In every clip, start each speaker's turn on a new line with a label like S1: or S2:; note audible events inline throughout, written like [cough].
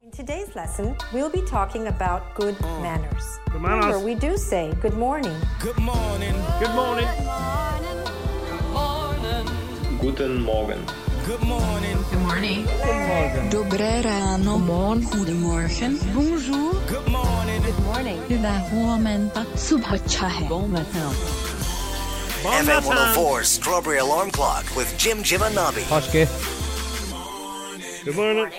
S1: In today's lesson, we'll be talking about good manners.
S2: Oh. Good manners.
S1: Remember, we do say good morning.
S3: Good morning.
S2: Good morning.
S4: Guten Morgen.
S3: Good morning.
S5: Dobré ráno. Morgen. Goedemorgen. Bonjour.
S3: Good morning.
S5: Goedemorgen. Subha chahe. Bon matin.
S2: Bon
S6: oh
S7: FM
S2: matin.
S7: 104 Strawberry Alarm Clock with Jim Jimanabi.
S2: Good morning.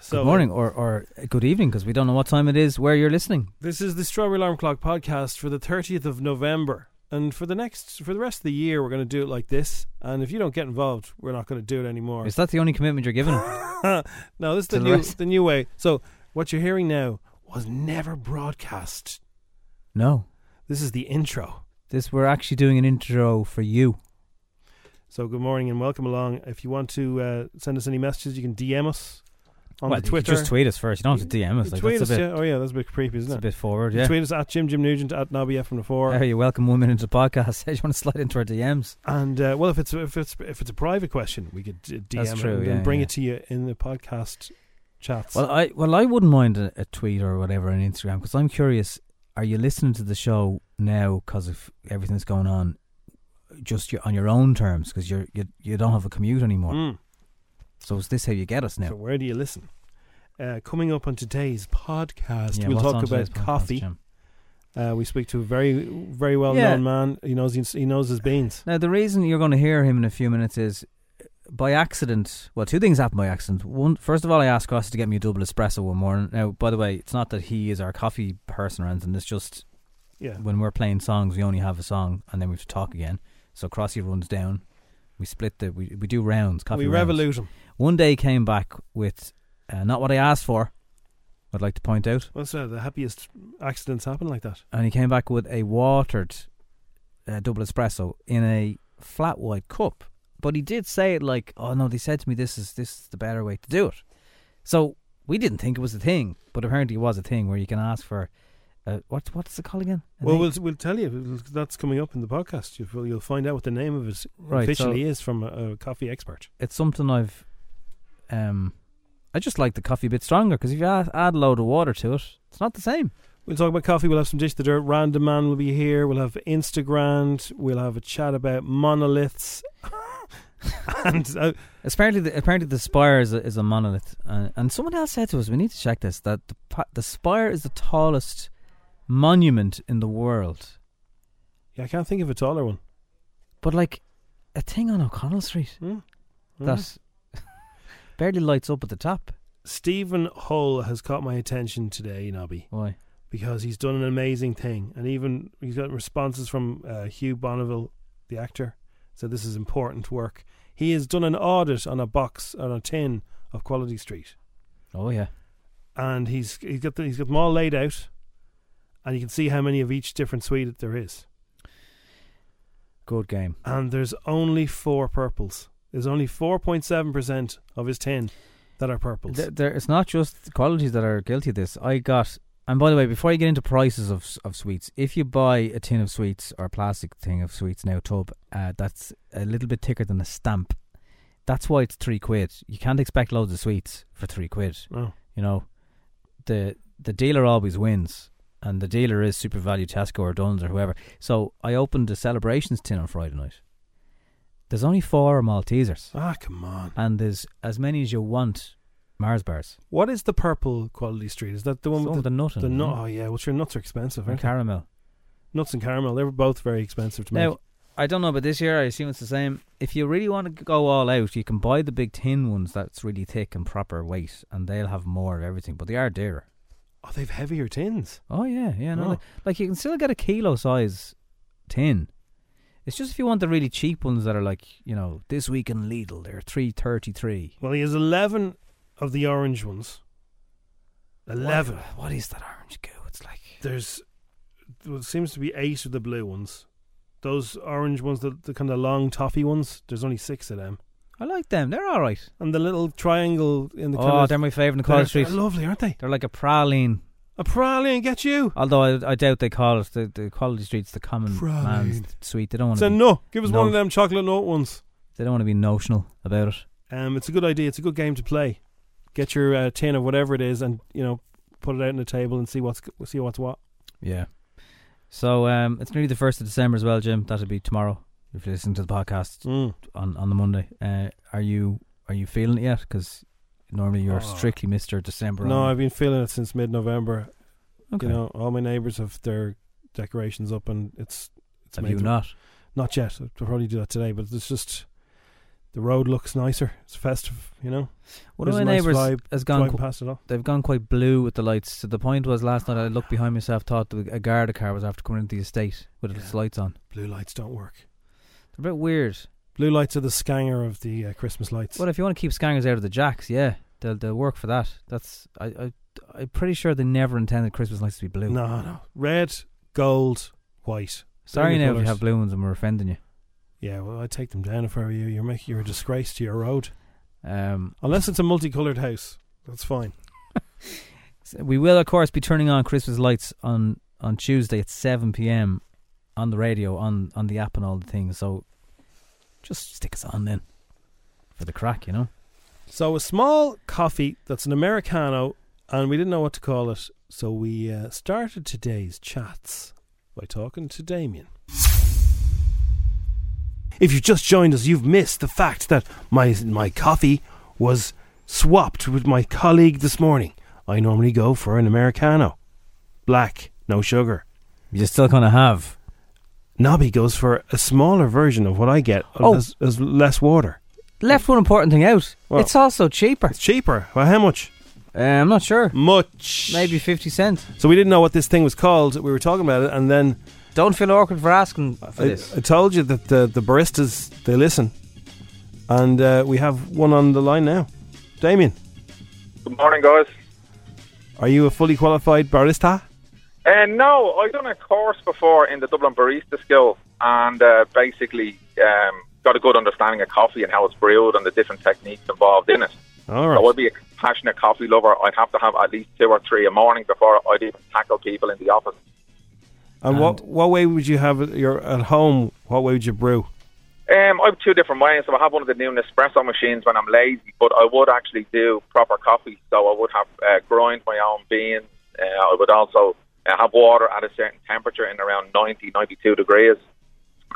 S2: So
S8: Good morning or, or good evening because we don't know what time it is where you're listening.
S2: This is the Strawberry Alarm Clock podcast for the 30th of November. And for the next for the rest of the year we're going to do it like this. And if you don't get involved, we're not going to do it anymore. [laughs]
S8: Is that the only commitment
S2: [gasps]
S8: you're giving?
S2: no, this is the
S8: To the
S2: new
S8: rest?
S2: the new way. So, what you're hearing now was never broadcast.
S8: no.
S2: This is the intro.
S8: This we're actually doing an intro for you.
S2: So, good morning and welcome along. If you want to uh, send us any messages, you can DM us on the
S8: well, you could
S2: Twitter.
S8: just tweet us first. You don't have to DM us.
S2: You
S8: Like,
S2: tweet
S8: that's
S2: us,
S8: a bit,
S2: yeah. Oh yeah, that's a bit creepy, isn't
S8: that's
S2: it?
S8: a bit forward.
S2: You
S8: Yeah.
S2: Tweet us at Jim Jim Nugent at Nobby F from the four.
S8: There, you welcome women into the podcast. [laughs] you want to slide into our DMs?
S2: And uh, well, if it's if it's if it's a private question, we could d- DM
S8: That's
S2: it
S8: true,
S2: and then
S8: yeah,
S2: bring
S8: yeah.
S2: it to you in the podcast chats.
S8: Well, I well I wouldn't mind a, a tweet or whatever on Instagram because I'm curious. Are you listening to the show now because of everything that's going on, just your, on your own terms? Because you're you, you don't have a commute anymore.
S2: Mm.
S8: So is this how you get us now?
S2: So where do you listen? Uh, coming up on today's podcast,
S8: Yeah,
S2: we'll
S8: what's
S2: talk
S8: on today's
S2: about
S8: podcast,
S2: coffee.
S8: Jim?
S2: Uh, we speak to a very very well
S8: Yeah.
S2: known man. He knows his, he knows his beans.
S8: Now, the reason you're going to hear him in a few minutes is uh, by accident. Well, two things happened by accident. One, first of all, I asked Crossy to get me a double espresso one morning. Now, by the way, it's not that he is our coffee person or anything. It's just
S2: Yeah,
S8: when we're playing songs, we only have a song and then we have to talk again. So Crossy runs down. We split the. We, we do rounds. Coffee
S2: we
S8: rounds.
S2: revolute him.
S8: One day came back with uh, not what I asked for. I'd like to point out,
S2: What's uh, the happiest accidents happen like that?
S8: and he came back with a watered uh, double espresso in a flat white cup. But he did say it like, "Oh no," they said to me, "This is this is the better way to do it." So we didn't think it was a thing, but apparently it was a thing where you can ask for uh, what what's it called again? I
S2: well,
S8: think-
S2: we'll we'll tell you. That's coming up in the podcast. You'll you'll find out what the name of it
S8: Right, so-
S2: officially is from a, a coffee expert.
S8: it's something I've um I just like the coffee a bit stronger because if you add, add a load of water to it, it's not the same.
S2: We'll talk about coffee. We'll have some dish the dirt. Random man will be here. We'll have Instagram. We'll have a chat about monoliths. [laughs] and uh,
S8: Apparently, the, apparently the spire is a, is a monolith, uh, and someone else said to us, "We need to check this. That the pa- the spire is the tallest monument in the world,
S2: yeah, I can't think of a taller one.
S8: but like a thing on O'Connell Street
S2: Hmm? Hmm?
S8: that [laughs] barely lights up at the top.
S2: Stephen Hull has caught my attention today, Nobby,
S8: Why?
S2: because he's done an amazing thing, and even he's got responses from uh, Hugh Bonneville, the actor. Said this is important work. He has done an audit on a box on a tin of Quality Street.
S8: Oh yeah,
S2: and he's he's got the, he's got them all laid out, and you can see how many of each different suite that there is.
S8: good game.
S2: And there's only four purples. There's only four point seven percent of his tin that are purples.
S8: Th- there, it's not just the qualities that are guilty of this. I got, and by the way, before you get into prices of s- of sweets, if you buy a tin of sweets or a plastic thing of sweets now tub, uh, that's a little bit thicker than a stamp. That's why it's three quid. You can't expect loads of sweets for three quid.
S2: oh,
S8: You know, the the dealer always wins, and the dealer is Super Value, Tesco, or Dunn's, or whoever. So I opened the celebrations tin on Friday night. There's only four Maltesers,
S2: ah, come on.
S8: and there's as many as you want Mars bars.
S2: What is the purple quality street? Is that the one
S8: Some
S2: with
S8: with
S2: the,
S8: the nut in
S2: the
S8: it,
S2: nut?
S8: yeah.
S2: Oh yeah, well, sure, nuts are expensive.
S8: or
S2: Aren't
S8: caramel.
S2: they? Nuts and caramel, they were both very expensive to make.
S8: Now, I don't know about this year. I assume it's the same. If you really want to go all out, you can buy the big tin ones that's really thick and proper weight, and they'll have more of everything. But they are dearer.
S2: oh, they've heavier tins.
S8: Oh yeah, yeah. No,
S2: Oh.
S8: Like, like you can still get a kilo size tin. It's just if you want the really cheap ones that are like you know this week in Lidl they're three thirty three.
S2: Well, he has eleven of the orange ones. Eleven.
S8: What is that orange goo? It's like
S2: there's well, it seems to be eight of the blue ones. Those orange ones, the, the kind of long toffee ones, there's only six of them.
S8: I like them. They're all right.
S2: And the little triangle in the
S8: oh,
S2: kind
S8: they're
S2: of
S8: my favourite in the
S2: they're-
S8: College Street.
S2: they're lovely, aren't they?
S8: They're like a praline.
S2: A praline, get you.
S8: Although I, I doubt they call it the, the quality streets the common
S2: Praline.
S8: man's sweet. They don't want
S2: So
S8: to. Be,
S2: no, give us one
S8: No.
S2: of them chocolate nut ones.
S8: they don't want to be notional about it.
S2: Um, it's a good idea. It's a good game to play. Get your uh, tin of whatever it is, and you know, put it out on the table and see what's see what's what.
S8: Yeah. So um, it's nearly the first of December as well, Jim. That'll be tomorrow. If you're listening to the podcast
S2: Mm.
S8: on, on the Monday, uh, are you are you feeling it yet? Because normally you're
S2: Oh.
S8: strictly Mister December.
S2: No,
S8: only.
S2: I've been feeling it since mid-November.
S8: okay.
S2: You know, all my neighbours have their decorations up, and it's it's
S8: have
S2: made
S8: you
S2: them-
S8: not?
S2: Not yet. I'll probably do that today, but it's just the road looks nicer. It's festive, you know.
S8: One of
S2: There's
S8: my
S2: a nice
S8: neighbours
S2: vibe
S8: has gone.
S2: Going
S8: Qu-
S2: past it all.
S8: they've gone quite blue with the lights. To the point was last night I looked behind myself, thought that a Garda car was after coming into the estate with its
S2: Yeah.
S8: lights on.
S2: Blue lights don't work.
S8: They're a bit weird.
S2: Blue lights are the scanger of the uh, Christmas lights.
S8: Well, if you want to keep scangers out of the jacks, yeah, they'll they'll work for that. That's I I I'm pretty sure they never intended Christmas lights to be blue.
S2: no, no. Red, gold, white.
S8: Sorry
S2: Blue
S8: now if you
S2: colours.
S8: have blue ones and we're offending you.
S2: Yeah, well, I'd take them down if I were you. You're making you're a disgrace to your road.
S8: Um,
S2: Unless it's a multicoloured house. That's fine.
S8: s- we will of course be turning on Christmas lights on on Tuesday at seven p.m. on the radio on on the app and all the things. So just stick us on then for the crack, you know.
S2: So a small coffee that's an Americano, and we didn't know what to call it, so we uh, started today's chats by talking to Damien. If you've just joined us, you've missed the fact that my my coffee was swapped with my colleague this morning. I normally go for an Americano, black, no sugar.
S8: You're still gonna have.
S2: Nobby goes for a smaller version of what I get,
S8: Oh.
S2: as, as less water.
S8: Left one important thing out.
S2: Well-
S8: it's also cheaper.
S2: It's cheaper. Well, how much?
S8: Uh, I'm not sure.
S2: Much.
S8: Maybe fifty cent.
S2: So we didn't know what this thing was called. We were talking about it, and then
S8: Don't feel awkward for asking for
S2: I,
S8: this.
S2: I told you that the, the baristas they listen, and uh, we have one on the line now. Damien,
S9: Good morning, guys.
S2: are you a fully qualified barista?
S9: And Uh, no, I've done a course before in the Dublin Barista School and uh, basically um, got a good understanding of coffee and how it's brewed and the different techniques involved in it.
S2: All
S9: So I'd
S2: right.
S9: be a passionate coffee lover. I'd have to have at least two or three a morning before I'd even tackle people in the office.
S2: And what what way would you have it? Your at home? What way would you brew?
S9: Um, I have two different ways. So I have one of the new Nespresso machines when I'm lazy, but I would actually do proper coffee. So I would have uh, grind my own beans. Uh, I would also uh, have water at a certain temperature in around 90, 92 degrees.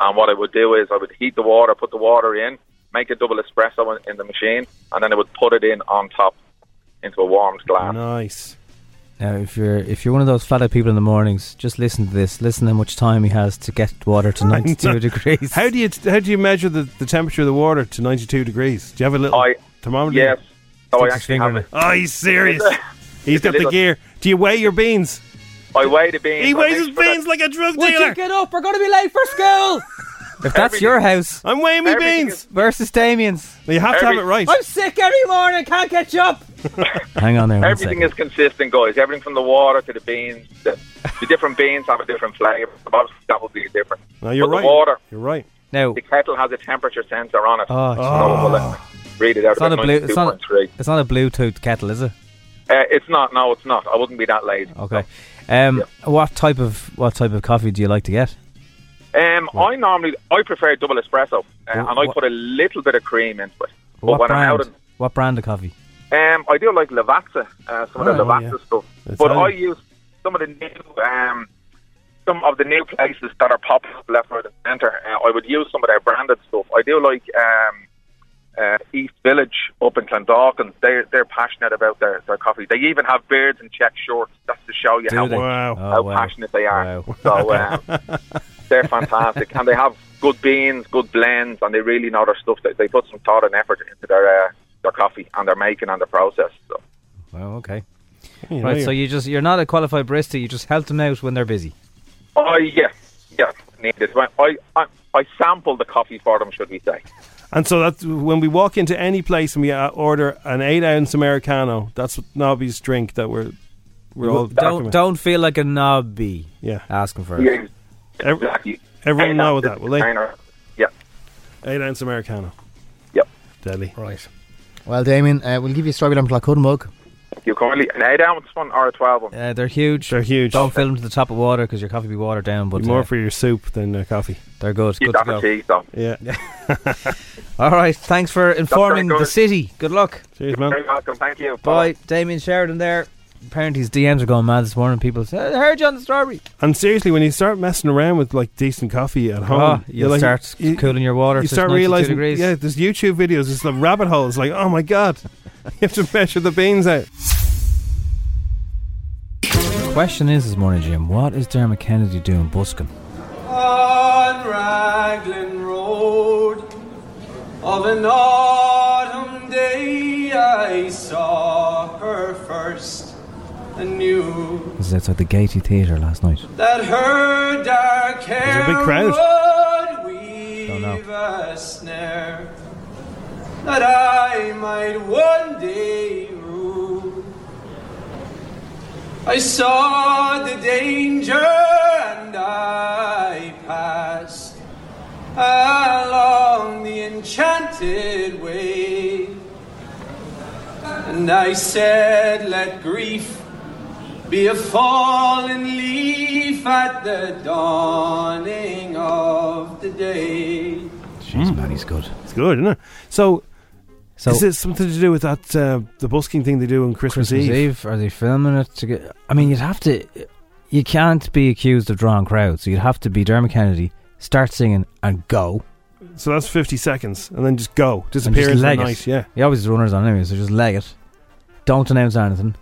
S9: And what I would do is I would heat the water, put the water in, make a double espresso in, in the machine, and then I would put it in on top into a warmed glass.
S2: Nice.
S8: Now, if you're if you're one of those flat out people in the mornings, just listen to this. Listen how much time he has to get water to
S2: I [laughs]
S8: 92
S2: know.
S8: degrees.
S2: How do you how do you measure the, the temperature of the water to ninety two degrees? Do you have a little
S9: I-
S2: thermometer?
S9: Yes. So
S8: Sticks
S9: I
S8: his
S9: actually
S8: finger
S9: have
S8: in
S9: it.
S2: Oh, he's serious. He's
S9: it's a
S2: got the
S9: little-
S2: gear. Do you weigh your beans?
S9: [laughs] I weigh the beans.
S2: He
S9: I
S2: weighs
S9: make
S2: his
S9: sure that
S2: beans like a drug
S8: Would
S2: dealer.
S8: get up? We're going to be late for school. if that's your house
S2: I'm weighing my
S9: Everything
S2: beans.
S9: is-
S8: versus Damien's,
S2: You have to have it
S9: Every-
S2: right.
S8: sick every morning. Can't catch up. [laughs] Hang on there. one
S9: Everything
S8: second.
S9: is consistent, guys. Everything from the water to the beans. The, the different beans have a different flavour. Obviously, that will be different.
S2: No, you're
S9: but
S2: right.
S9: The water,
S2: You're right.
S8: now.
S9: the kettle has a temperature sensor on it.
S8: Oh,
S9: So it will, uh, read it out.
S8: it's not a
S9: about
S8: blue. It's not.
S9: 92.3.
S8: It's not a Bluetooth kettle, is it?
S9: Uh, it's not. No, it's not. I wouldn't be that lazy.
S8: Okay. Um,
S9: Yeah.
S8: what type of what type of coffee do you like to get?
S9: Um, I normally I prefer double espresso, uh,
S8: Wh-
S9: and I
S8: what-
S9: put a little bit of cream into it. But
S8: What
S9: when I'm
S8: brand?
S9: out, in-
S8: what brand of coffee?
S9: Um, I do like Lavazza, uh, some of the
S2: Oh,
S9: Lavazza
S2: yeah.
S9: stuff.
S2: That's
S9: but
S2: handy.
S9: I use some of the new, um, some of the new places that are popping up left, right, and centre. Uh, I would use some of their branded stuff. I do like um, uh, East Village up in Clondalkin. They're they're passionate about their, their coffee. They even have beards and check shorts. That's to show you
S8: Do
S9: how
S8: they?
S9: much-
S2: Wow.
S8: Oh,
S9: how
S8: wow.
S9: passionate they are.
S8: Wow. [laughs]
S9: So uh, they're fantastic, and they have good beans, good blends, and they really know their stuff. They, they put some thought and effort into their uh, their coffee and their making and their process. So.
S8: Well, okay.
S2: You know,
S8: Right,
S2: you're-
S8: so you just you're not a qualified barista. You just help them out when they're busy.
S9: Oh yeah, yeah, needed. I, I I sample the coffee for them, should we say?
S2: and so that's when we walk into any place and we uh, order an eight ounce americano. That's what Nobby's drink that we're we're all
S8: Don't
S2: documenting.
S8: don't feel like a knobby
S2: yeah.
S8: asking for it.
S9: Yeah,
S2: Every,
S9: exactly.
S2: everyone
S9: And
S2: know
S9: that's
S2: that,
S9: the
S2: will they?
S9: container. Yeah,
S2: eight ounce americano.
S9: Yep.
S2: Deadly.
S10: Right. Well, Damien, uh, we'll give you a strawberry lamb clock hood mug.
S9: Thank you kindly. An eight ounce one or a twelve one?
S8: Uh, they're huge.
S2: They're huge.
S8: Don't fill them to the top of water because your coffee will be watered down. But
S2: More
S8: uh,
S2: for your soup than uh, coffee.
S8: they're good.
S9: You
S8: Good to
S9: got the
S8: go.
S9: cheese though.
S2: Yeah.
S8: All right. Thanks for informing
S9: good.
S8: the city. Good luck.
S2: Cheers,
S9: You're
S2: man.
S9: very welcome. Thank you.
S8: Bye, Damien Sheridan. There. Apparently his DMs are going mad this morning. People say, I heard you on the strawberry.
S2: And seriously, when you start messing around with like decent coffee at home,
S8: Ah,
S2: you're
S8: you'll
S2: like-
S8: start
S2: you-
S8: cooling your water.
S2: You
S8: to
S2: start
S8: 92
S2: realizing,
S8: degrees.
S2: yeah, there's YouTube videos. It's the rabbit holes. Like, oh my god, [laughs] you have to measure the beans out.
S8: Question is this morning, Jim, what is Dermot Kennedy doing busking?
S10: on Raglan Road of an autumn day I saw her first and knew
S8: This is outside the Gaiety Theatre last night.
S10: that her dark hair
S2: a big crowd.
S10: would
S8: Don't know.
S10: weave a snare that I might one day rule. I saw the danger and I passed along the enchanted way. And I said, let grief be a fallen leaf at the dawning of the day.
S8: Jeez, man, he's good.
S2: It's good, isn't it? So,
S8: So,
S2: is it something to do with that uh, the busking thing they do on Christmas,
S8: Christmas Eve. are they filming it? To get, I mean, you'd have to. You can't be accused of drawing crowds. You'd have to be Dermot Kennedy, start singing, and go.
S2: So that's 50 seconds, and then just go,
S8: And
S2: disappear
S8: just
S2: into the
S8: leg it.
S2: night. Yeah.
S8: He always has runners on anyway, so just leg it. Don't announce anything.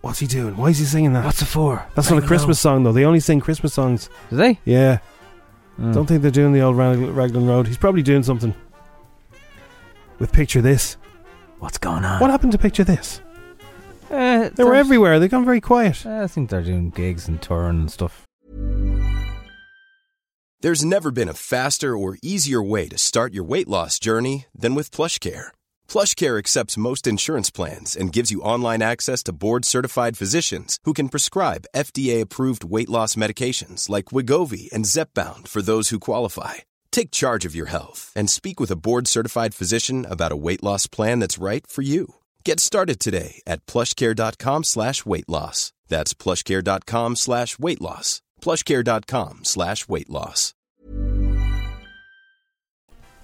S2: What's he doing? Why is he singing that?
S8: What's it for?
S2: Ah. that's
S8: Let
S2: not a
S8: me
S2: Christmas song though. They only sing Christmas songs.
S8: know. Do they?
S2: Yeah.
S8: Mm.
S2: Don't think they're doing the old Rag- Raglan Road. He's probably doing something with Picture This.
S8: What's going on?
S2: What happened to Picture This?
S8: Uh,
S2: They were
S8: there's-
S2: everywhere. They've gone very quiet.
S8: Uh, I think they're doing gigs and touring and stuff.
S11: There's never been a faster or easier way to start your weight loss journey than with PlushCare. PlushCare accepts most insurance plans and gives you online access to board-certified physicians who can prescribe FDA-approved weight loss medications like Wigovi and Zepbound for those who qualify. Take charge of your health and speak with a board-certified physician about a weight loss plan that's right for you. Get started today at plushcare.com slash weight loss. That's plushcare.com slash weight loss. plushcare.com slash weight loss.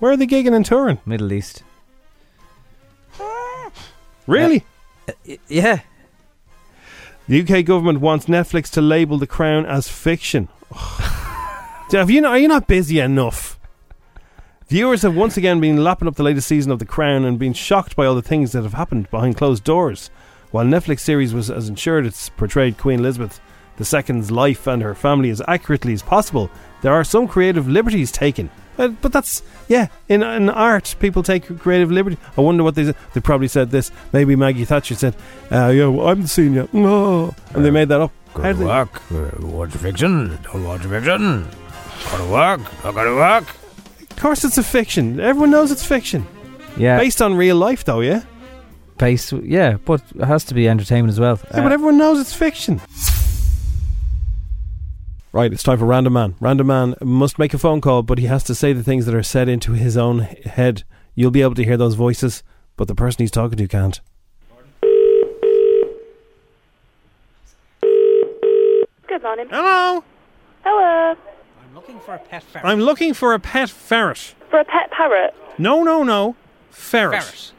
S2: Where are they gigging and touring?
S8: Middle East.
S2: Really?
S8: Yeah.
S2: The UK government wants Netflix to label The Crown as fiction. So have you not, are you not busy enough? Viewers have once again been lapping up the latest season of The Crown and been shocked by all the things that have happened behind closed doors. While Netflix series was as ensured it's portrayed Queen Elizabeth II's life and her family as accurately as possible, there are some creative liberties taken. Uh, but that's yeah, in in art, people take creative liberty. I wonder what they said. They probably said this. Maybe Maggie Thatcher said, uh, "Yeah, well, I'm the senior," [laughs] no, and they made that up. How
S8: Go
S2: do
S8: to
S2: they-
S8: work. Uh, watch fiction. Don't watch fiction. Go to work. Not go to work.
S2: Of course, it's a fiction. Everyone knows it's fiction,
S8: Yeah.
S2: based on real life, though. Yeah,
S8: Based, yeah, but it has to be entertainment as well.
S2: yeah,
S8: Uh,
S2: but everyone knows it's fiction. Right, it's time for Random Man. Random Man must make a phone call, but he has to say the things that are said into his own he- head. You'll be able to hear those voices, but the person he's talking to can't.
S12: Good morning.
S2: Hello,
S12: Hello.
S8: I'm looking for a pet ferret.
S2: I'm looking for a pet ferret.
S12: For a pet parrot,
S2: No, no, no. Ferret.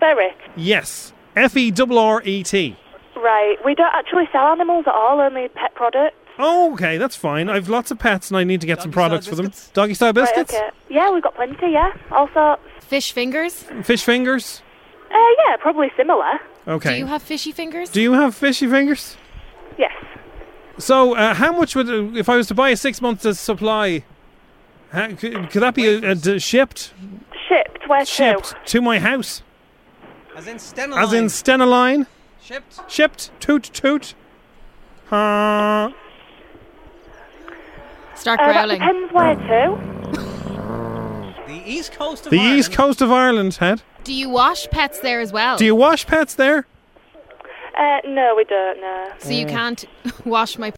S12: ferret.
S2: Yes. F E R R E T.
S12: Right. We don't actually sell animals at all, only pet products.
S2: Oh, okay, that's fine. I've lots of pets and I need to get some products for them. Doggy style biscuits?
S12: Right, okay. Yeah, we've got plenty, yeah. All sorts.
S13: Fish fingers?
S2: Fish fingers?
S12: Uh, yeah, probably similar.
S2: Okay.
S13: Do you have fishy fingers?
S2: Do you have fishy fingers?
S12: Yes.
S2: So, uh, how much would, uh, if I was to buy a six month supply, how, could, could that be uh, d- shipped?
S12: Shipped, where
S2: Shipped
S12: to?
S2: to my house?
S8: As in Stena
S2: As in Stenaline?
S8: shipped.
S2: Shipped? Toot toot? Huh.
S13: Start
S12: Uh, that
S13: growling.
S12: depends where to.
S8: The east coast of
S2: The east coast of Ireland, Head.
S13: Do you wash pets there as well?
S2: Do you wash pets there?
S12: Uh, no, we don't, no.
S13: so you can't [laughs] wash my.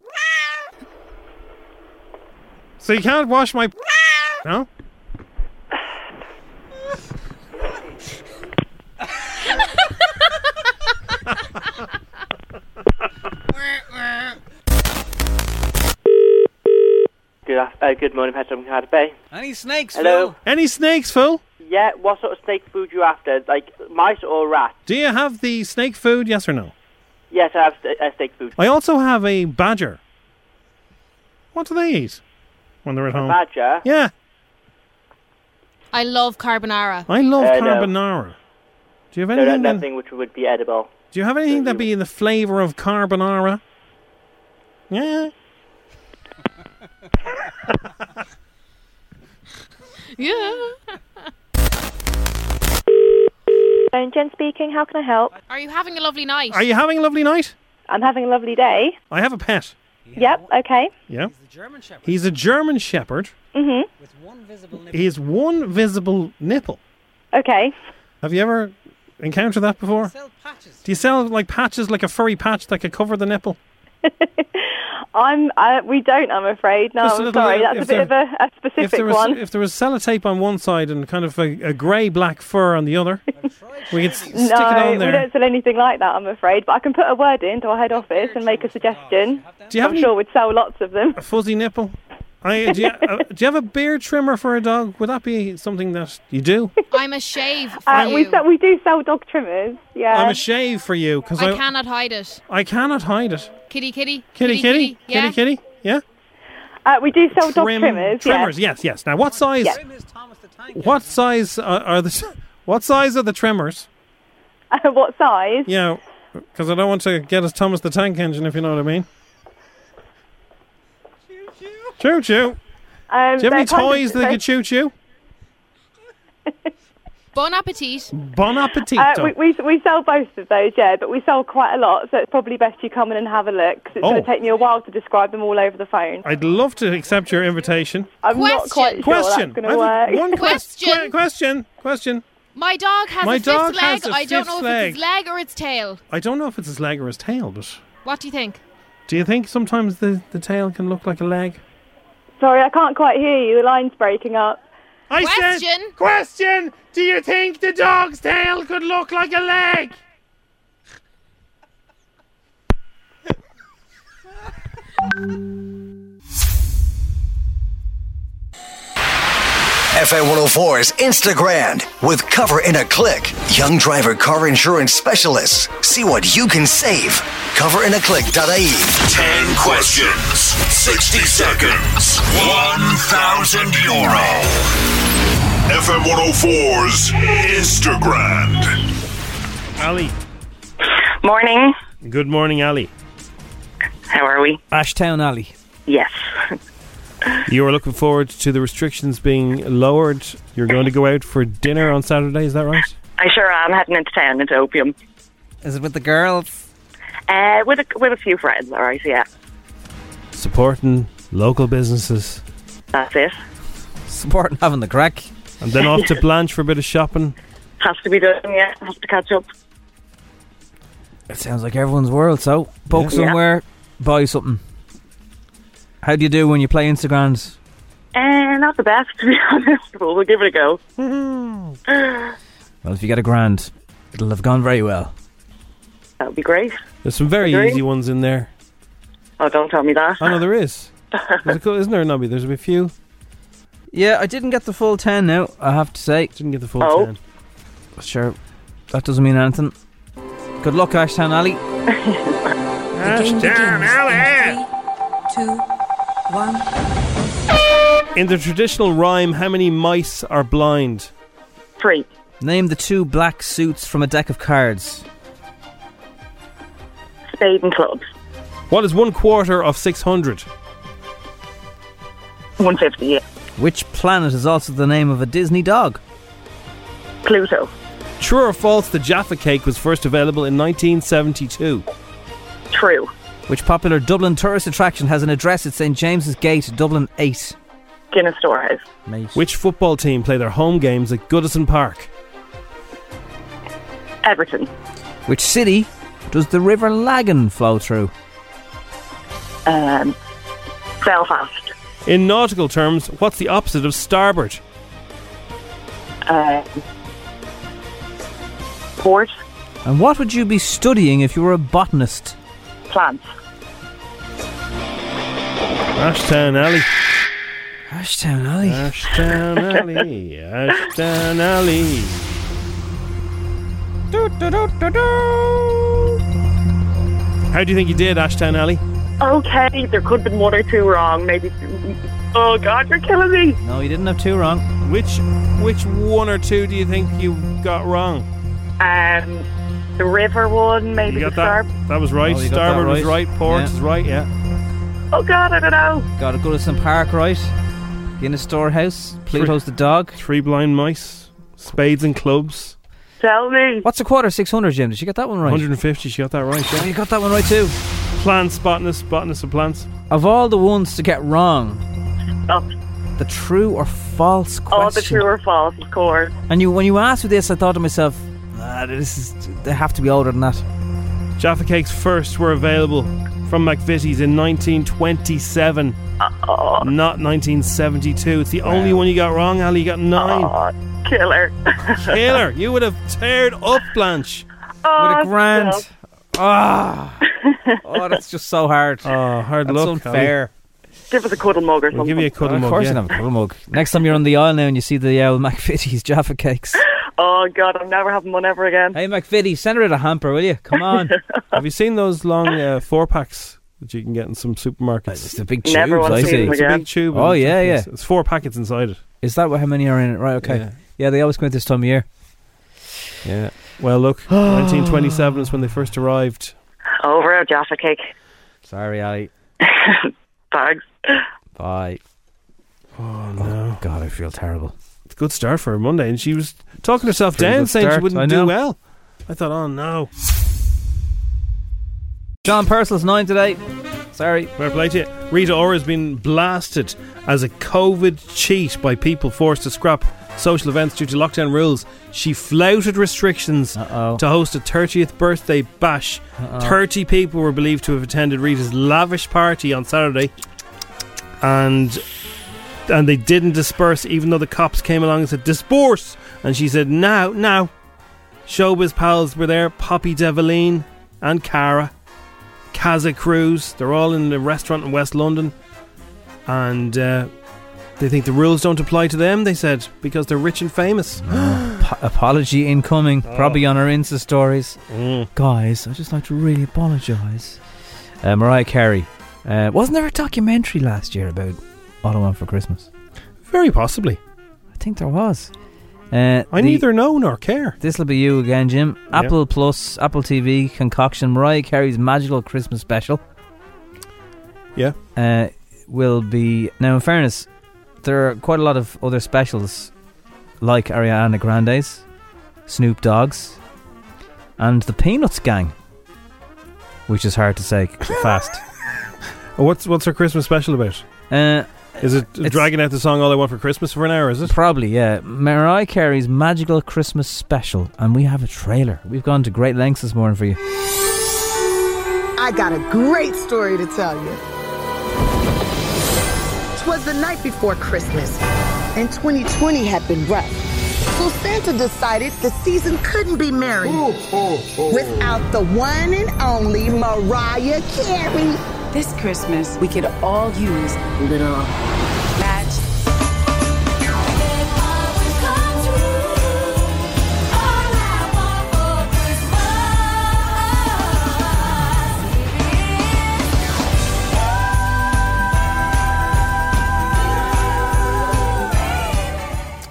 S2: So you can't wash my. No? Uh, good morning, Petra from Cardiff Bay.
S4: Any snakes?
S2: Hello.
S14: Any snakes, Phil?
S2: Yeah, what sort of snake food you after? Like mice or rat?
S14: Do you have the snake food? Yes or no?
S2: Yes, I have st- uh, snake food.
S14: I also have a badger. What do they eat when they're at home?
S2: Badger.
S14: Yeah,
S13: I love carbonara.
S14: I love
S2: Uh, no.
S14: carbonara. Do you have
S2: No, no,
S14: anything? that-
S2: nothing which would be edible.
S14: do you have anything that be in the flavour of carbonara? Yeah.
S13: Yeah.
S12: Phone Jen speaking. How can I help?
S13: Are you having a lovely night?
S14: Are you having a lovely night?
S12: I'm having a lovely day.
S14: I have a pet.
S12: Yep. Okay.
S14: Yeah. He's a German shepherd. He's a German shepherd.
S12: Mhm.
S14: He has one visible nipple.
S12: Okay.
S14: Have you ever encountered that before? Do you sell like patches, like a furry patch that could cover the nipple?
S12: I'm. I, we don't. I'm afraid. No,
S14: Just a
S12: I'm
S14: little-
S12: sorry.
S14: if
S12: That's a bit
S14: there-
S12: of a, a
S14: if
S12: specific
S14: there was
S12: one.
S14: if there was sellotape on one side and kind of a, a grey black fur on the other, we could s- stick it
S12: no,
S14: on
S12: we
S14: there.
S12: don't sell anything like that. I'm afraid, but I can put a word into our head office and make a suggestion.
S14: Do you have
S12: I'm
S14: any-
S12: sure we'd sell lots of them.
S14: A fuzzy nipple. I, do, you, uh, do you have a beard trimmer for a dog? Would that be something that you
S12: [laughs]
S14: do?
S13: I'm a shave for
S12: Uh,
S13: you.
S12: we sell, we do sell dog trimmers. Yeah.
S14: I'm a shave for you because
S13: I
S14: I,
S13: cannot hide it.
S14: I cannot hide it.
S13: Kitty, kitty.
S14: Kitty, kitty,
S13: yeah.
S14: kitty, kitty. Yeah.
S12: Uh, we do sell dog
S14: Trim-
S12: trimmers. yeah.
S14: trimmers. Yes, yes. Now, what size?
S12: Yeah.
S14: What size are, are the? [laughs] What size are the trimmers?
S12: Uh, [laughs] what size?
S14: Yeah, because I don't want to get us Thomas the Tank Engine, if you know what I mean. Choo choo. Choo choo.
S12: Um,
S14: Do you have any
S12: they're kind of-
S14: toys that
S12: they-
S14: could choo choo?
S13: Bon appetit.
S14: Bon appetit.
S12: Uh, we, we, we sell both of those, yeah, but we sell quite a lot, so it's probably best you come in and have a look, 'cause it's
S14: Oh.
S12: going to take me a while to describe them all over the phone.
S14: I'd love to accept your invitation.
S12: I'm not quite sure
S14: question.
S12: that's going
S14: I have
S12: to work. [laughs]
S14: One question. question. Question.
S13: My dog has
S14: My
S13: a fifth
S14: dog
S13: leg.
S14: has a
S13: I don't
S14: fifth
S13: know if
S14: leg.
S13: it's his leg or its tail.
S14: I don't know if it's his leg or his tail, but
S13: What do you think?
S14: do you think sometimes the, the tail can look like a leg?
S12: Sorry, I can't quite hear you. The line's breaking up.
S14: I said-
S13: Question.
S14: question. Do you think the dog's tail could look like a leg?
S7: FM 104's Instagram with Cover in a Click. Young driver car insurance specialists. See what you can save. Coverinaclick.ie.
S15: 10 questions, 60 seconds, 1,000 euro. FM 104's Instagram.
S14: Ali.
S16: Morning.
S14: Good morning, Ali.
S16: How are we?
S4: Ashtown Alley.
S16: Yes.
S14: You are looking forward to the restrictions being lowered. You're going to go out for dinner on Saturday, is that right?
S16: I sure am heading into town into opium.
S4: Is it with the girls?
S16: Uh, with a, with a few friends, all right, yeah.
S14: Supporting local businesses.
S16: That's it.
S4: Supporting having the crack.
S14: And then off to Blanche for a bit of shopping.
S16: Has to be done, yeah. Has to catch up.
S4: It sounds like everyone's world. So book
S16: Yeah.
S4: somewhere, buy something. How do you do when you play Instagrams?
S16: Uh, not the best, [laughs] to be honest, but we'll give it a go.
S4: Well, if you get a grand, it'll have gone very well.
S16: That would be great.
S14: There's some very
S16: Agree.
S14: easy ones in there.
S16: Oh, don't tell me that.
S14: Oh, no, there is. There's a cou- isn't there, Nobby? There's a few.
S4: Yeah, I didn't get the full ten. Now I have to say,
S14: didn't get the full
S4: oh.
S14: 10.
S4: Sure, that doesn't mean anything. Good luck, Ashtown Alley.
S14: Ashtown Alley!
S17: Two, one.
S14: In the traditional rhyme, how many mice are blind?
S16: Three.
S4: Name the two black suits from a deck of cards.
S16: Spade and clubs.
S14: What is one quarter of 600?
S16: 150, yeah.
S4: Which planet is also the name of a Disney dog?
S16: Pluto.
S14: True or false, the Jaffa cake was first available in 1972.
S16: True.
S4: Which popular Dublin tourist attraction has an address at St James's Gate, Dublin 8?
S16: Guinness Storehouse.
S14: Which football team play their home games at Goodison Park?
S16: Everton.
S4: Which city does the River Lagan flow through?
S16: Um, Belfast.
S14: In nautical terms, what's the opposite of starboard?
S16: Uh, port.
S4: And what would you be studying if you were a botanist?
S16: Plants.
S14: Ashtown Alley.
S8: Ashtown Alley.
S2: Ashtown Alley. Ashdown Alley. How do you think you did, Ashtown Alley?
S16: Okay, there could have been one or two wrong. Maybe. Oh God, you're killing me.
S8: No, you didn't have two wrong.
S2: Which which one or two do you think you got wrong?
S16: Um, the river one, maybe
S2: You
S16: the
S2: got that?
S16: star-
S2: That was right.
S8: Oh, you got that
S2: Starboard was
S8: right.
S2: right. Port
S8: Yeah.
S2: is right. Yeah.
S16: Oh God, I don't know.
S8: Got to go to St. Park, right? Guinness Storehouse. Pluto's the dog.
S2: Three blind mice. Spades and clubs.
S16: Tell me.
S8: What's a quarter 600, Jim? Did you get that one right?
S2: 150. She got that right. Yeah.
S8: You got that one right too.
S2: Plants, botanist, botanist of plants.
S8: Of all the ones to get wrong,
S16: Oh,
S8: the true or false question.
S16: all the true or false, of course.
S8: And you, when you asked me this, I thought to myself, ah, this is they have to be older than that.
S2: Jaffa cakes first were available from McVitie's in 1927, not 1972. It's the only one you got wrong, Ali. You got nine.
S16: Killer.
S2: Taylor, you would have teared up Blanche.
S16: Oh,
S8: With a grand.
S16: no.
S8: Ah. [laughs] oh, that's just so hard.
S2: Oh, hard
S8: that's
S2: luck.
S8: unfair.
S16: Give us a cuddle mug or
S2: Ali. We'll
S16: something.
S2: give you a cuddle
S8: of
S2: mug.
S8: course
S2: yeah.
S8: you have a cuddle mug. Next time you're on the aisle now and you see the old [laughs] McVitie's Jaffa cakes.
S16: Oh God, I'm never having one ever again.
S8: Hey, McVitie, send her in a hamper, will you? Come
S16: [laughs]
S8: on.
S2: Have you seen those long uh, four packs that you can get in some
S8: It's
S2: supermarkets?
S8: the big
S16: Never
S8: tubes,
S16: wanna
S8: I
S16: see
S8: see.
S16: them
S2: It's a
S16: again.
S2: big tube.
S8: Oh,
S2: and
S8: yeah,
S2: it's-
S8: yeah.
S2: It's four packets inside it.
S8: Is that what, how many are in it? Right, okay.
S2: Yeah.
S8: Yeah, they always come out this time of year.
S2: Yeah. Well, [gasps] look, 1927 is when they first arrived.
S16: Over a Jaffa cake.
S8: Sorry, Ali.
S16: Thanks.
S8: Bye.
S2: Oh no,
S8: God, I feel terrible.
S2: it's a good start for a Monday, and she was talking herself
S8: Pretty
S2: down,
S8: good
S2: saying she
S8: start, I
S2: wouldn't
S8: know.
S2: do well. I thought, oh no,
S8: John Purcell's nine today. Sorry.
S2: fair play to you. Rita Ora has been blasted as a COVID cheat by people forced to scrap social events due to lockdown rules. She flouted restrictions
S8: Uh-oh.
S2: to host a 30th birthday bash. 30 people were believed to have attended Rita's lavish party on Saturday, and and they didn't disperse, even though the cops came along and said disperse, and she said no, no. Showbiz pals were there: Poppy Deviline and Cara, Kaza Cruz. They're all in the restaurant in West London, and. Uh, they think the rules don't apply to them, they said, because they're rich and famous.
S8: Po- apology incoming. Probably on her Insta stories.
S2: Oh. Mm.
S8: Guys, I'd just like to really apologise. Uh, Mariah Carey. Uh, wasn't there a documentary last year about All I Want for Christmas?
S2: Very possibly.
S8: I think there was. Uh,
S2: I
S8: the-
S2: neither know nor care.
S8: This'll be you again, Jim.
S2: Yep.
S8: Apple Plus, Apple TV, concoction, Mariah Carey's magical Christmas special.
S2: Yeah.
S8: Uh, will be now. In fairness, there are quite a lot of other specials, like Ariana Grande's, Snoop Dogg's, and the Peanuts Gang, which is hard to say [laughs] fast.
S2: Oh, What's what's her Christmas special about?
S8: Uh,
S2: Is it
S8: It's-
S2: dragging out the song "All I Want for Christmas" for an hour? Is it?
S8: Probably, yeah. Mariah Carey's magical Christmas special, and we have a trailer. We've gone to great lengths this morning for you.
S18: I got a great story to tell you. Twas the night before Christmas, and 2020 had been rough. So Santa decided the season couldn't be merry without the one and only Mariah Carey.
S5: This Christmas, we could all use a little magic.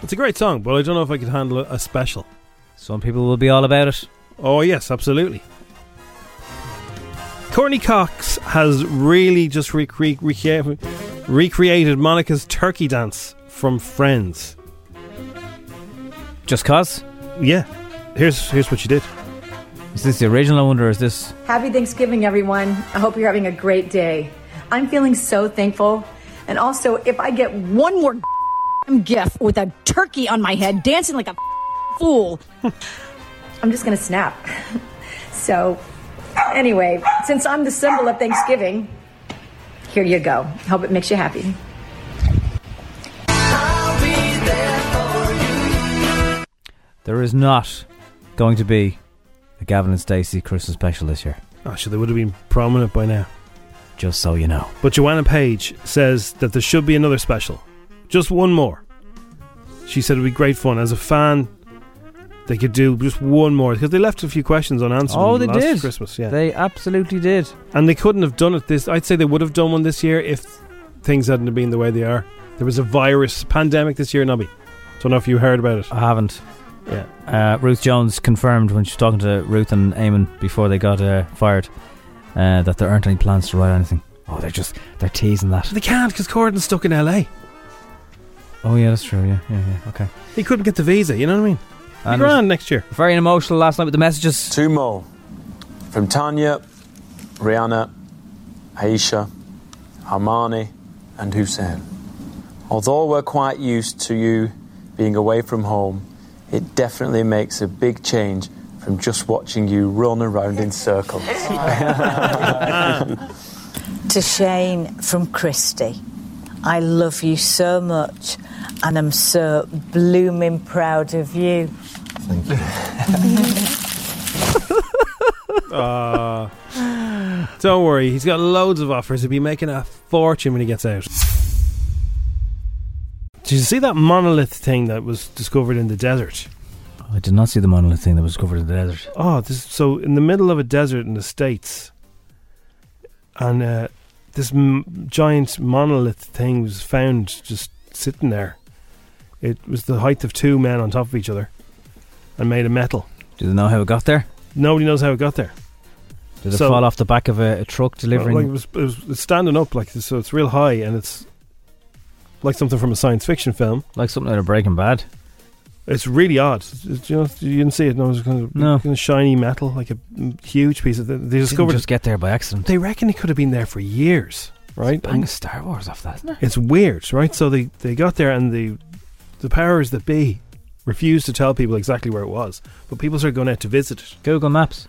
S2: It's a great song, but I don't know if I could handle a, a special.
S8: Some people will be all about it.
S2: Oh yes, absolutely. Courtney Cox has really just rec- rec- recrea- recreated Monica's turkey dance from Friends.
S8: Just cause.
S2: Yeah, here's here's what she did.
S8: Is this the original? I wonder. Is this?
S5: Happy Thanksgiving, everyone. I hope you're having a great day. I'm feeling so thankful. And also, if I get one more [laughs] gift with a turkey on my head dancing like a [laughs] fool, [laughs] I'm just going to snap. [laughs] So, anyway, since I'm the symbol of Thanksgiving, here you go. Hope it makes you happy.
S8: There is not going to be a Gavin and Stacey Christmas special this year.
S2: Oh, sure, they would have been prominent by now.
S8: Just so you know.
S2: But Joanna Page says that there should be another special, Just one more. She said it'd be great fun. As a fan, they could do just one more because they left a few questions unanswered.
S8: Oh,
S2: on
S8: they
S2: last
S8: did.
S2: Christmas, yeah.
S8: They absolutely did.
S2: And they couldn't have done it this. I'd say they would have done one this year if things hadn't have been the way they are. There was a virus pandemic this year, Nobby. Don't know if you heard about it.
S8: I haven't. Yeah. Uh, Ruth Jones confirmed when she was talking to Ruth and Eamon before they got uh, fired uh, that there aren't any plans to write anything. Oh, they're just they're teasing that.
S2: They can't because Corden's stuck in LA.
S8: Oh yeah, that's true. Yeah, yeah, yeah. Okay.
S2: He couldn't get the visa. You know what I mean? Be
S8: And-
S2: grand next year.
S8: Very emotional last night with the messages.
S19: Two more from Tanya, Rihanna, Aisha, Armani, and Hussein. Although we're quite used to you being away from home, it definitely makes a big change from just watching you run around in circles.
S17: [laughs] to Shane from Christie. I love you so much and I'm so blooming proud of you. Thank
S2: Uh, don't worry, he's got loads of offers. He'll be making a fortune when he gets out. Did you see that monolith thing that was discovered in the desert?
S8: Oh, I did not see the monolith thing that was covered in the desert.
S2: Oh, this so in the middle of a desert in the states, and uh, this m- giant monolith thing was found just sitting there. It was the height of two men on top of each other, and made of metal.
S8: Do they know how it got there?
S2: Nobody knows how it got there.
S8: Did it
S2: So-
S8: fall off the back of a, a truck delivering?
S2: Like it was, it was it's standing up like this, so it's real high and it's like something from a science fiction film,
S8: like something out of Breaking Bad.
S2: It's really odd. It's- it's- you, know, you didn't see it. No, it was kind of,
S8: No.
S2: kind of shiny metal, like a mm, huge piece of. The, they discovered
S8: just get there by accident.
S2: They reckon it could have been there for years, right?
S8: bang of Star Wars off that, isn't it?
S2: It's weird, right? So they, they got there and the the powers that be refused to tell people exactly where it was, but people started going out to visit it.
S8: Google Maps.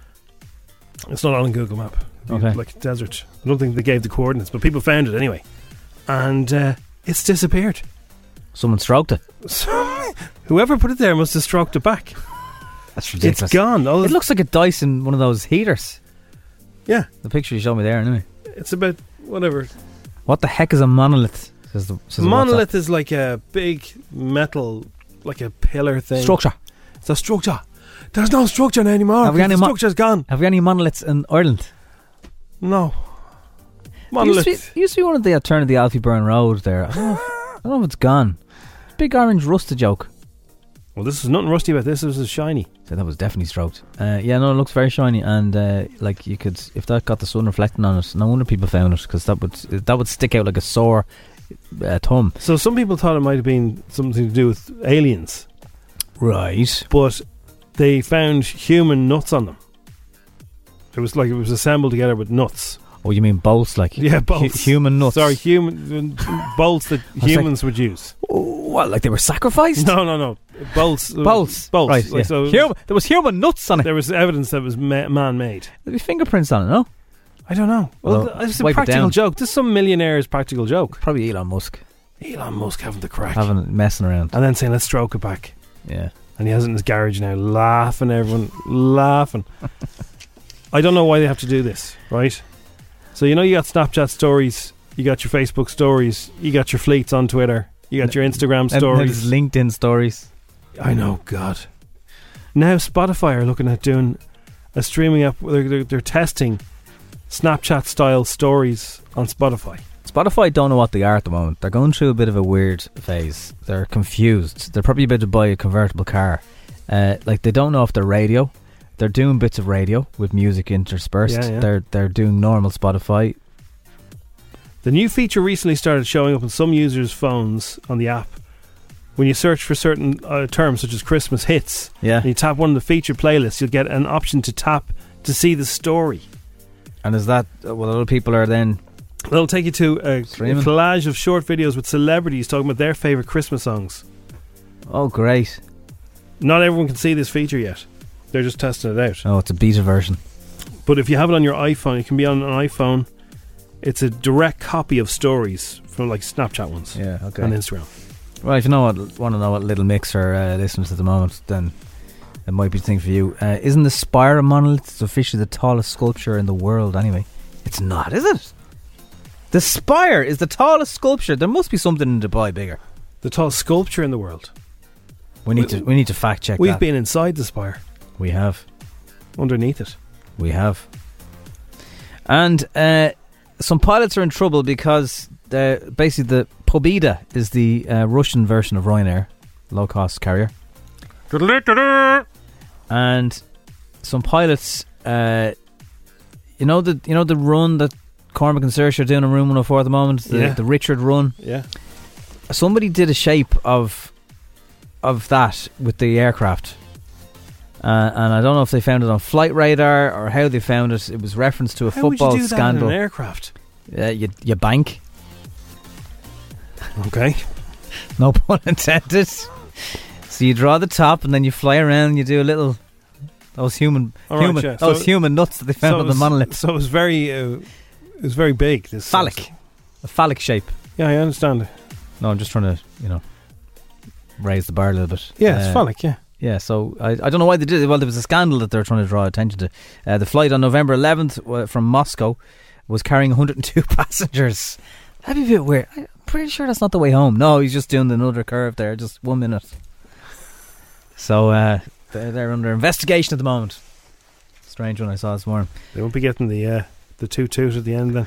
S2: It's not on Google Map. It'd be
S8: Okay.
S2: Like a desert. I don't think they gave the coordinates, but people found it anyway, and uh, it's disappeared.
S8: Someone stroked it.
S2: [laughs] Whoever put it there must have stroked it back.
S8: That's
S2: ridiculous. It's gone.
S8: it looks like a Dyson, one of those heaters.
S2: Yeah.
S8: The picture you showed me there, anyway.
S2: It's about whatever
S8: What the heck is a monolith? Says the, says the
S2: monolith is like a big metal, like a pillar
S8: WhatsApp.
S2: thing.
S8: structure.
S2: It's a structure. There's no structure anymore.
S8: Have we
S2: 'cause
S8: any
S2: the
S8: mo-
S2: structure's gone.
S8: Have we any monoliths in Ireland?
S2: No.
S8: There Used to, be,
S2: Monolith.
S8: there used to be one at the turn of the Alfie Burn Road there. I don't know if, I don't know if it's gone. Big orange rusted joke.
S2: Well, this is nothing rusty about this. This is shiny.
S8: So that was definitely stroked. Uh, yeah, no, it looks very shiny, and uh, like you could, if that got the sun reflecting on it, no wonder people found it because that would that would stick out like a sore uh, thumb.
S2: So some people thought it might have been something to do with aliens.
S8: Right.
S2: But they found human nuts on them. It was like it was assembled together with nuts.
S8: Oh, you mean bolts like
S2: Yeah,
S8: hu-
S2: bolts.
S8: human nuts?
S2: Sorry, human uh, bolts that
S8: I was
S2: humans would use.
S8: Oh, What, like they were sacrificed?
S2: No, no, no. Bolts. uh,
S8: Bolts.
S2: Bolts.
S8: Right, yeah. Hum- there was human nuts on it.
S2: There was evidence that it was ma- man-made.
S8: There'd be fingerprints on it, no?
S2: I don't know. Well, th- it's a
S8: wipe it
S2: practical
S8: down.
S2: joke. This is some millionaire's practical joke.
S8: Probably Elon Musk
S2: Elon Musk having the crack.
S8: having it messing around.
S2: and then saying, let's stroke it back.
S8: Yeah.
S2: And he has it in his garage now, laughing, everyone, laughing. [laughs] I don't know why they have to do this, right? So, you know, you got Snapchat stories, you got your Facebook stories, you got your fleets on Twitter, you got your Instagram
S8: And then
S2: stories.
S8: there's LinkedIn stories.
S2: I know, God. Now Spotify are looking at doing a streaming app. They're, they're, they're testing Snapchat style stories on Spotify.
S8: Spotify don't know what they are at the moment. They're going through a bit of a weird phase. They're confused. They're probably about to buy a convertible car. Uh, like they don't know if they're radio. They're doing bits of radio with music interspersed.
S2: Yeah, yeah.
S8: They're they're doing normal Spotify.
S2: The new feature recently started showing up on some users' phones on the app. When you search for certain uh, terms such as Christmas hits,
S8: Yeah.
S2: and you tap one of the featured playlists, you'll get an option to tap to see the story.
S8: And is that well? A lot of people are then
S2: It'll take you to a, a
S8: Streaming.
S2: collage of short videos with celebrities talking about their favorite Christmas songs.
S8: oh great.
S2: Not everyone can see this feature yet; they're just testing it out.
S8: Oh, it's a beta version.
S2: But if you have it on your iPhone, it can be on an iPhone. It's a direct copy of stories from like Snapchat ones,
S8: Yeah, okay.
S2: on Instagram.
S8: Well, if you know what, want to know what Little Mix are uh, listening to at the moment, then it might be the thing for you. Uh, isn't the Spire monolith it's officially the tallest sculpture in the world? Anyway, it's not, is it? The Spire is the tallest sculpture. There must be something in Dubai bigger.
S2: the tallest sculpture in the world.
S8: We need to we need to fact check.
S2: We've
S8: that.
S2: been inside the spire.
S8: We have.
S2: Underneath it.
S8: We have. And uh, some pilots are in trouble because uh, basically the Pobeda is the uh, Russian version of Ryanair, low cost carrier. And some pilots, uh, you know the you know the run that Cormac and Saoirse are doing in Room 104 at the moment, the,
S2: Yeah.
S8: the Richard run.
S2: Yeah.
S8: Somebody did a shape of of that with the aircraft. Uh, and I don't know if they found it on flight radar or how they found it. It was referenced to a
S2: How would you
S8: football
S2: do that in
S8: scandal.
S2: an aircraft?
S8: Uh, you, you bank. [laughs]
S2: Okay.
S8: No pun intended. So you draw the top and then you fly around and you do a little. Those human,
S2: All right,
S8: human,
S2: yeah, so-
S8: those human nuts that they found
S2: so
S8: on the
S2: it's-
S8: monolith.
S2: So it was very, uh, it was very big. This
S8: Phallic. a phallic shape.
S2: Yeah, I understand.
S8: No, I'm just trying to, you know, raise the bar a little bit. Uh,
S2: Yeah, it's phallic, yeah.
S8: Yeah, so I, I don't know why they did it. Well, there was a scandal that they were trying to draw attention to. Uh, the flight on November 11th uh, from Moscow was carrying 102 [laughs] passengers. That'd be a bit weird. I'm pretty sure that's not the way home. No, he's just doing another curve there, just one minute. So uh, they're, they're under investigation at the moment. Strange one I saw this morning.
S2: They won't be getting the uh, the two twos at the end then.